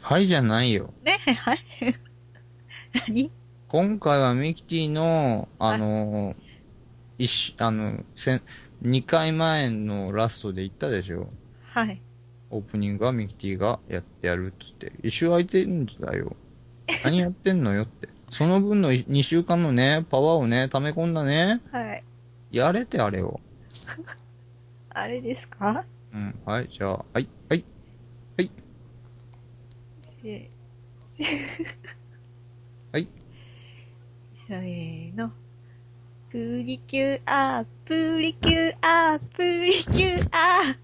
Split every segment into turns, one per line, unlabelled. はいじゃないよ。
ねえ、はい。何
今回はミキティの、あの、一し、あの、せん、2回前のラストで言ったでしょ。
はい。
オープニングはミキティがやってやるっつって。一周空いてんだよ。何やってんのよって。その分の2週間のね、パワーをね、溜め込んだね。
はい。
やれてあれを。
あれですか
うん。はい、じゃあ、はい、はい。
せ
はい。
せーの。プリキュア、プリキュア、プリキュア、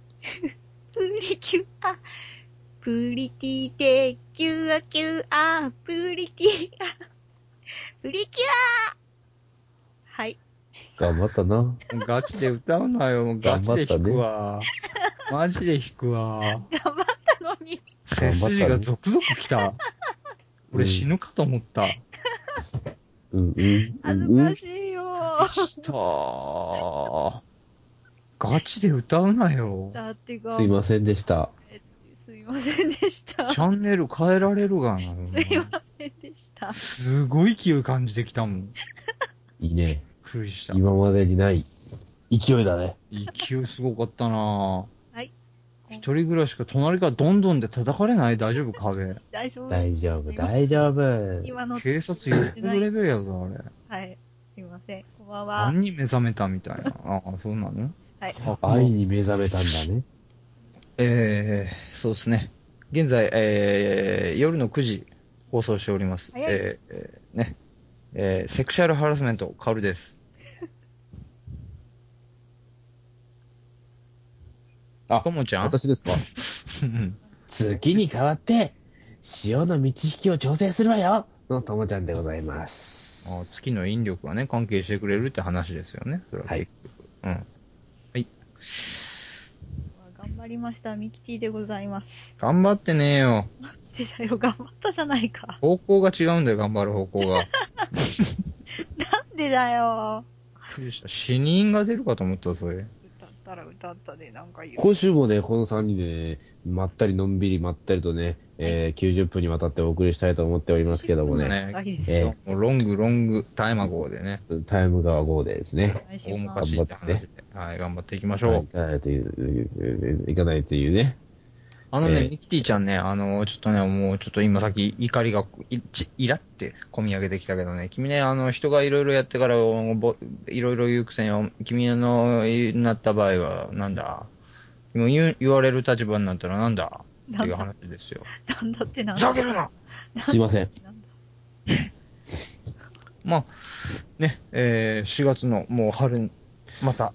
プリキュア、プリティでキュアキュア、プリキュア、プリキュアはい。
頑張ったな。
ガチで歌うなよ。ガチで弾くわ。マジで弾くわ。
頑張ったのに。
背筋がゾクゾクきた。俺死ぬかと思った。
うんうん。
恥
う
ず
んう
か
ん。
しいよ
したー。ガチで歌うなよ。
だってが
すいませんでした。
すいませんでした。
チャンネル変えられるがな。
すいませんでした。
すごい勢い感じてきたもん。びっ
いいね。
くりした。
今までにない勢いだね。
勢いすごかったな
はい。
一人ぐらいしか隣からどんどんで叩かれない大丈夫壁。
大丈夫
大丈夫、大丈夫。
今の、
警察呼ぶレベルやぞ、あれ。
はい。すいません。こんばんは。
何に目覚めたみたいな。ああ、そうなの
はい。
愛に目覚めたんだね。
えー、そうですね。現在、えー、夜の9時放送しております。
早い
えーえーね。えー、セクシャルハラスメント、カオルです。
あ
ともちゃん
私ですか
うん
月に代わって、潮の満ち引きを調整するわよのともちゃんでございます。
あー月の引力がね、関係してくれるって話ですよね。それは
はい
結局。うん。
頑張りました。ミキティでございます。
頑張ってねえよ。
でだよ、頑張ったじゃないか。
方向が違うんだよ、頑張る方向が。びっ
なんでだよ。
くりした死人が出るかと思った、それ。
歌ったら歌ったで、なんか言う。
今週もね、この3人でね、まったりのんびりまったりとね、えー90分にわたってお送りしたいと思っておりますけどもね、
ね
大変です。
えー
もうロング、ロング、タイマゴーでね、
タイムが5でですね、
お願いし
大
ます。
昔って話で、はい、頑張っていきましょう。
はい、行かないという、行かないというね、
あのね、
えー
ミキティちゃんね、あの、ちょっとね、もうちょっと今さっき怒りがいちイラって込み上げてきたけどね、君ね、あの、人がいろいろやってから、ぼいろいろ言うくせに、君の、なった場合は、なんだもう言う言われる立場になったらなんだっていう話ですよ。
なんだってなん
ふ
だ
ざけるな
すいません。
なんだ
まあ、ね、えー、4月のもう春、また、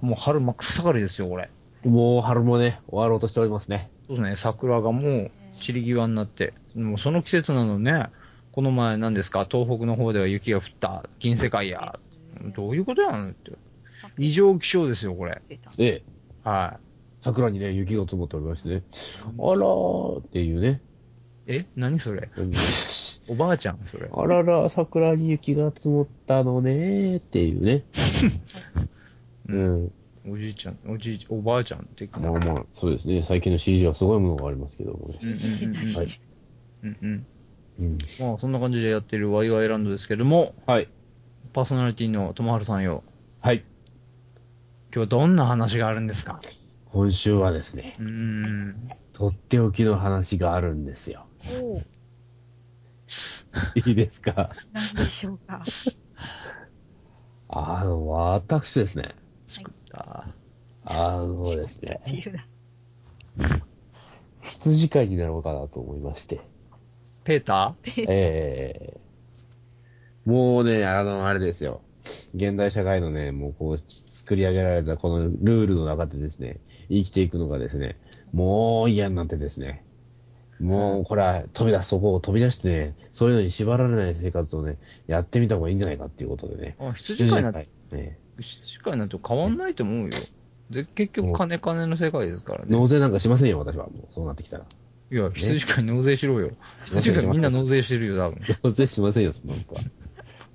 もう春真っ盛りですよ、これ。
もう春もね、終わろうとしておりますね。
そうですね、桜がもう散り際になって、もうその季節なのね、この前何ですか、東北の方では雪が降った、銀世界や、どういうことなのって。異常気象ですよ、これ。
出た
で、
は
桜にね、雪が積もっておりましてね、あらーっていうね、
い。え何それ
うん
おばあちゃんそれ。
あらら、桜に雪が積もったのねーっていうね。うん。
おじいちゃん、おじいちゃん、おばあちゃんっていうか
まあまあ、そうですね。最近の CG はすごいものがありますけどもね。
うんうんうんうん
はい。
うんうん。
うん、
まあ、そんな感じでやってるワイワイランドですけども、
はい。
パーソナリティの友春さんよ、
はい。
今日どんな話があるんですか
今週はですね、
うーん。
とっておきの話があるんですよ。
おう
いいですか
なんでしょうか。
あの、私ですね。
作った。
あのですね
っ、ていうな。
羊飼いになろうかなと思いま して。
ペータ
ええもうね、あの、あれですよ。現代社会のね、もうこう、作り上げられたこのルールの中でですね、生きていくのがですね、もう嫌になってですね、もう、これは飛び出す、そこを飛び出してね、そういうのに縛られない生活をね、やってみた方がいいんじゃないかっていうことでね。
ーあ、羊飼いなんて、
羊飼いね
羊飼いなんて変わんないと思うよ。で結局、金金の世界ですからね。
納税なんかしませんよ、私は。もう、そうなってきたら。
いや、羊飼い納税しろよ。羊飼いみんな納税してるよ、多 分。
納税しませんよ、そんなことは。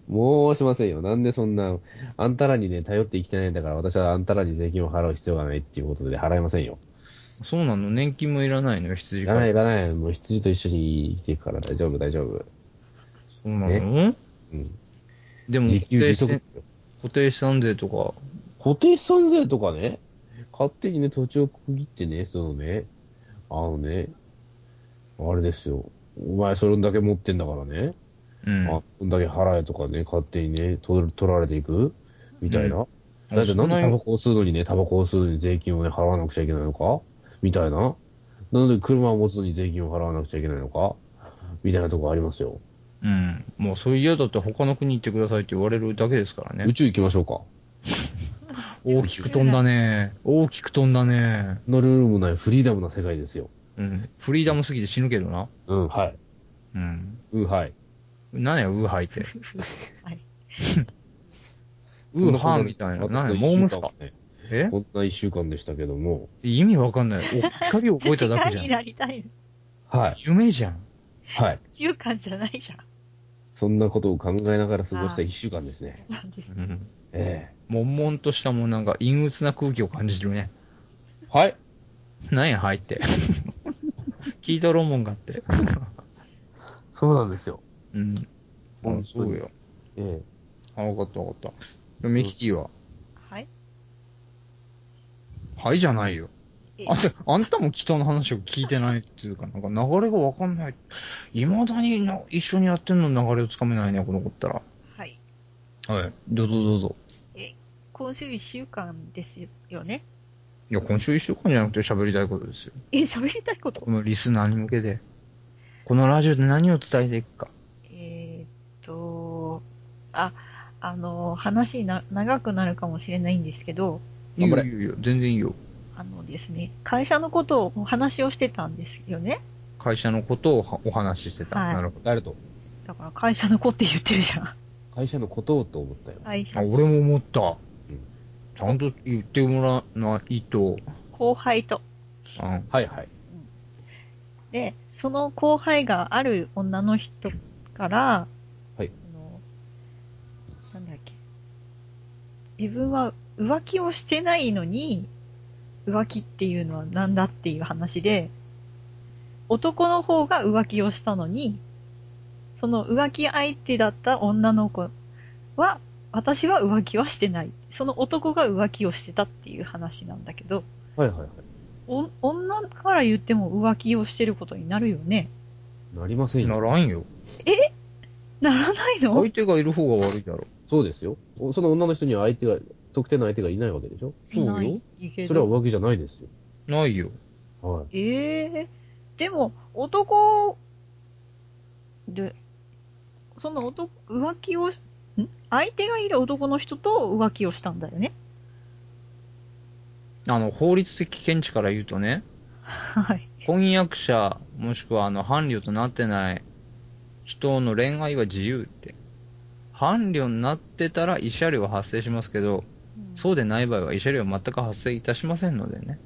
もうしませんよ。なんでそんな、あんたらにね、頼って生きてないんだから、私はあんたらに税金を払う必要がないっていうことで払いませんよ。
そうなの年金もいらないのよ、羊
行
飼
かない
い。
行かない。もう羊と一緒に生きていくから大丈夫、大丈夫。
そうなの
うん。
でも、
自
固
給
定
自
資
足。
固定資産税とか、
固定資産税とかね、勝手にね、土地を区切ってね、そのね、あのね、あれですよ。お前それだけ持ってんだからね、
うん。
あ、こんだけ払えとかね、勝手にね、取取られていくみたいな。
うん
だってな
そ
ん
んな
で
に
タバコを吸うのにね、タバコを吸うのに税金をね、払わなくちゃいけないのかみたいな。なんで車を持つのに税金を払わなくちゃいけないのかみたいなとこありますよ。
うん。もうそういう嫌だって他の国行ってくださいって言われるだけですから
宇
ね。
宙行きましょうか。
大きく飛んだね。大きく飛んだね。
のルールもないフリーダムな世界ですよ。
うん。フリーダムすぎて死ぬけどな。
うん、はい。
うん。
うん、はい。
何や、ウーハイって。
あれ
ウーハーみたいな。何や、モームスか。え
こんな一週間でしたけども。
意味わかんない。おっかり覚えただけ じゃ
羊飼いに
ん。
なりたいの。
はい。
夢じゃん。
はい。
習慣じゃないじゃ
そんなことを考えながら過ごした一週間ですね。
ん。なんです
う。ん。
え
悶々としたもうなんか陰鬱な空気を感じてるね。
えはい。
なんや、入 って。聞いとろうもんがあって。
そうなんですよ。
うん。あ
本当に
そうよ。
え
あ、わかったわかった。ミキティは、
はい。
はいじゃないよ。
え
あんた、あんたも北の話を聞いてないっていうか、なんか流れがわかんない。未だにな一緒にやってんのに流れをつかめないね、この子ったら。
はい。
はい。どうぞどうぞ。
今週1週間ですよね。
いや、今週一週間じゃなくて喋りたいことですよ。
え、喋りたいこと
このリスナーに向けて。このラジオで何を伝えていくか。
えーっと、あ、あの、話な長くなるかもしれないんですけど、
いい
頑
よ
張れ
いいよいいよ、全然いいよ。
あのですね、会社のことをお話をしてたんですよね。
会社のことをはお話ししてた。
はい
なるほ
誰と
だから会社の子って言ってるじゃん。
会社のことをと思ったよ。
会
ど。
社
あ、、俺も思った。ちゃんと言ってもらわないと。
後輩と。
あ
はいはい。
で、その後輩がある女の人から、
はい
あの、なんだっけ。自分は浮気をしてないのに、浮気っていうのは何だっていう話で、男の方が浮気をしたのに、その浮気相手だった女の子は、私は浮気はしてない。その男が浮気をしてたっていう話なんだけど、
はいはいは
お女から言っても浮気をしてることになるよね。
い。なりません
な
よ。
らんよ。
ならないの
相手がいる方が悪いだろ。
そうですよ。おその女の人には相手が、特定の相手がいないわけでしょ
そうよ
ないけど
それは浮気じゃないですよ。
ないよ。
はい。
ええでも、男で、その男、浮気を、ん相手がいる男の人と浮気をしたんだよね。
あの、法律的見地から言うとね、
はい。
婚約者、もしくはあの、伴侶となってない人の恋愛は自由って。伴侶になってたら慰謝料は発生しますけど、そうでない場合は慰謝料は全く発生いたしませんのでね。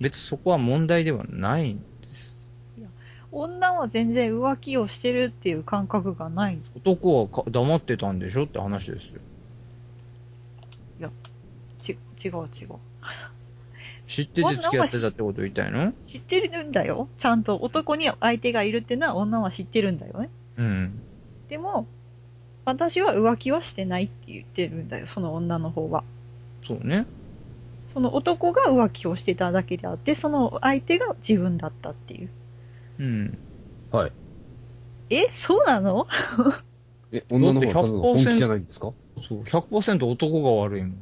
別にそこは問題ではない。
女は全然浮気をしてるっていう感覚がない。い
男はか黙ってたんでしょって話ですよ。
や、ち、違う違う。
知ってて付き合ってたってこと言いたいの
知ってるんだよ。ちゃんと男に相手がいるってのは女は知ってるんだよね。
うん。
でも、私は浮気はしてないって言ってるんだよ、その女の方は。
そうね。
その男が浮気をしてただけであって、その相手が自分だったっていう。
うん。
はい。
え、そうなの
え、女の方はただの本気じゃないんですか
そう、100%男が悪いもん。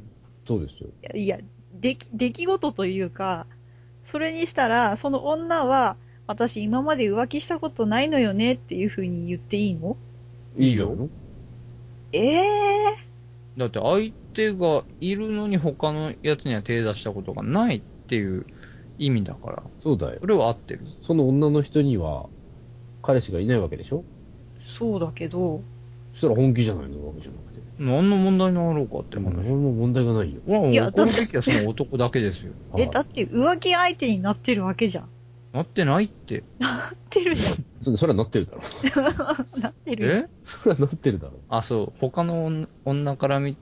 そうですよ。
いやいや、でき、出来事というか、それにしたら、その女は、私今まで浮気したことないのよねっていう風に言っていいの
いいよ
いいじゃないの
ええ
だって相手がいるのに他のやつには手出したことがないっていう意味だから、
そうだよ
そ。れは合ってる。
その女の人には、彼氏がいないわけでしょ
そうだけど、
そしたら本気じゃないのわけじゃなくて。
何の問題になろうかって
でも、
話。
何も問題がないよ。
俺
い
は
や
怒るべきはその男だけ ですよ。
え、
はい
だって浮気相手になってるわけじゃん。
なってないって。
なってるじゃ
そそれはなってるだろ。
ん。なってるよ。
え
それはなってるだろ。
あ、そう。他の女女から見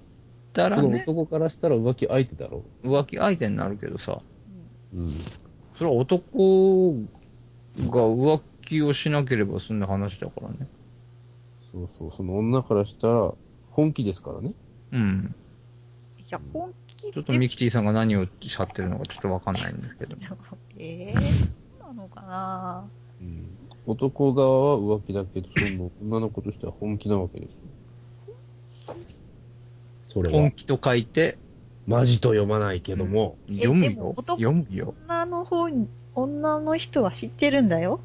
たら
その
ね、
男からしたら浮気相手だろ。
浮気相手になるけどさ、
うん
うん。
それは男が浮気をしなければ済んだ話だからね。
そうそう、その女からしたら、本気ですからね。
うん。
いや、本気で。
ちょっとミキティさんが何をしゃってるのかちょっとわかんないんですけど。
えー、なのかな
うん。男側は浮気だけど、その女の子としては本気なわけですよ。それ
本気と書いて、
マジと読まないけども、
え
読む
でも
よ。
男
読むよ。
女の方に、女の人は知ってるんだよ。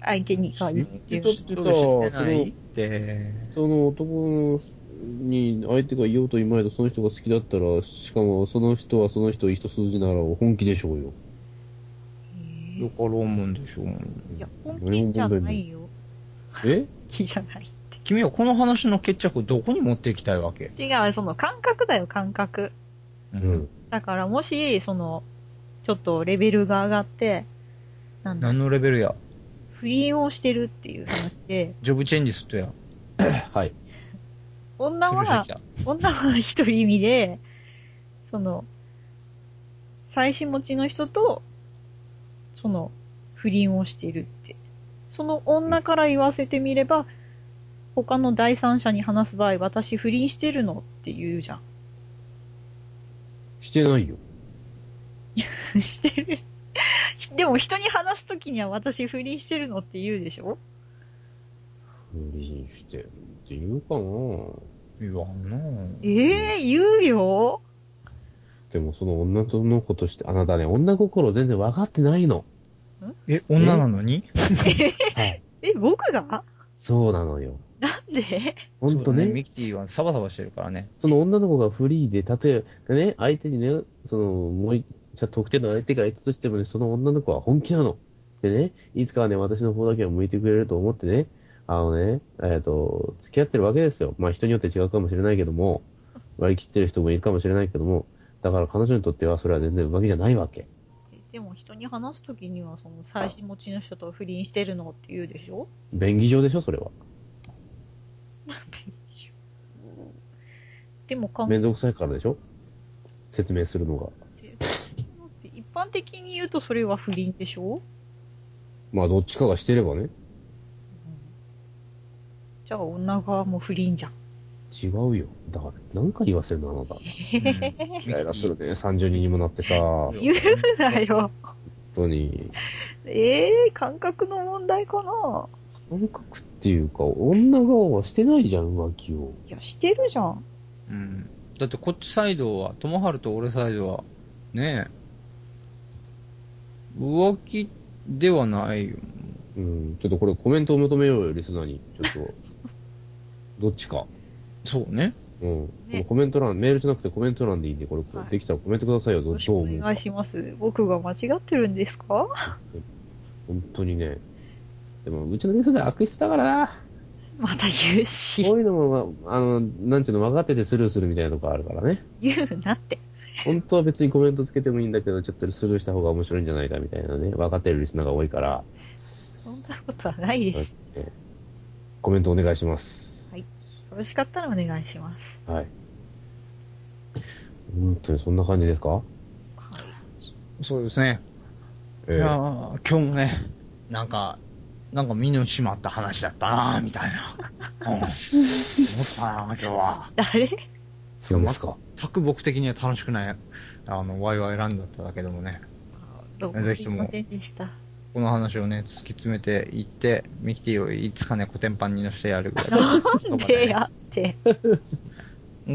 相手に限っていうの
知
は。
ってた
知ってないって。
その男に相手がいようといまいとその人が好きだったら、しかもその人はその人一筋なら本気でしょうよ。
え
よ
ー
かろうもんでしょうもん。
いや、本気じゃないよ。
え
本気じゃない。
君はこの話の決着をどこに持っていきたいわけ
違う、その感覚だよ、感覚。
う
う。ん。
だから、もし、その、ちょっとレベルが上がって、なんだ
何、のレベルや
不倫をしてるっていう話で、
ジョブチェンジスとや。
はい。
女
鶴
は
崎、だ
女は一人身で、その、妻子持ちの人と、その、不倫をしているって。その女から言わせてみれば、他の第三者に話す場合、私不倫してるのって言うじゃん。
してないよ。
してる。 でも人に話すときには私不倫してるのって言うでしょ
不倫してるって言うかな
言わんなぁ
ええ言うよ
でもその女の子として、あなたね、女心全然分かってないの。
え、女なのに
はい。
え、僕が
そうなのよ。
なんで
ほん
そ
と
うだ
ね、
ミキティはサバサバしてるから ね。
その女の子がフリーで、例えばね、相手にね、その、もうい、じゃあ特定の相手がいたとしてもね、その女の子は本気なの。でね、いつかはね、私の方だけを向いてくれると思ってね、あのね、えっ、と、付き合ってるわけですよ。まあ人によって違うかもしれないけども、割り切ってる人もいるかもしれないけども、だから彼女にとってはそれは全然浮気じゃないわけ。
でも人に話すときには、その、妻子持ちの人と不倫してるのって言うでしょ
便宜上でしょ、それは。
でも、かん
めんどくさいからでしょ説明するのが。
一般的に言うとそれは不倫でしょ
まあどっちかがしてればね、
じゃあ女側も不倫じゃん。
違うよ。だから、何回言わせるの、あなた。
うん
イライラするね、30人にもなってさ、本
言うなよ。
当に。
ええ感覚の問題かな
感覚っていうか、女側はしてないじゃん、浮気を。
いや、してるじゃん。
うん。だってこっちサイドは、友春と俺サイドは、ねえ、浮気ではないよ。
うん、ちょっとこれコメントを求めようよ、リスナーに。ちょっと、どっちか。
そうね。
うん。このコメント欄、メールじゃなくてコメント欄でいいんで、これ、
はい
できたらコメントくださいよ、
よ
ど
ろし
ど
く
う
お
思う
願
か
いします。僕が間違ってるんですか
本当にね。でも、うちの店では悪質だからな。
また言うし
こ。ういうのも、まあの、なんちゅうの、分かっててスルーするみたいなとこあるからね。
言うなって。
本当は別にコメントつけてもいいんだけど、ちょっとスルーした方が面白いんじゃないかみたいなね。分かってるリスナーが多いから。
そんなことはないです。
えコメントお願いします。
よろしかったらお願いします。
はい。本当にそんな感じですか
そうですね。
ええ
いやー今日もね、なんか、なんか身の締まった話だったなーみたい な。うん。思ったなー今日は。
誰
違いますか
卓僕的には楽しくない、あの、ワイワイランだっただけどもね。
どうも
ぜ
す
ひ
い
とも
ませんでした。
この話をね、突き詰めていって、ミキティをいつかね、コテンパンにのしてやるぐらい。
なんで
ね
やって。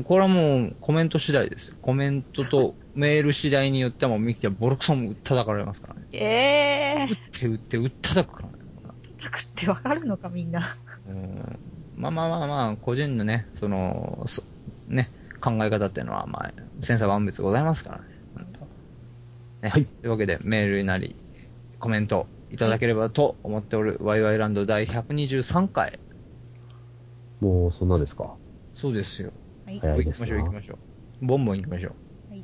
これはもうコメント次第ですよ。コメントとメール次第によってはもうミキティはボロクソもうったたかれますからね。
ええー。
手打って、打ったたくからね。
叩くってわかるのかみんな。
うんまあまあまあまあ、個人のね、その、そね、考え方っていうのは、まあ、千差万別ございますからね。本当ね
はい
というわけで、メールなり、コメントいただければと思っておる、ワイワイランド第123回。
もうそんなですか
そうですよ。
はい。
早い
行
で
き
す
ま
な
しょう、行きましょう。ボンボン行きましょう。
はい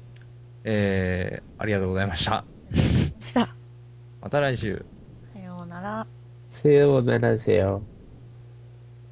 えー、ありがとうございました。
した。
また来週。
さようなら。
せよならせよ。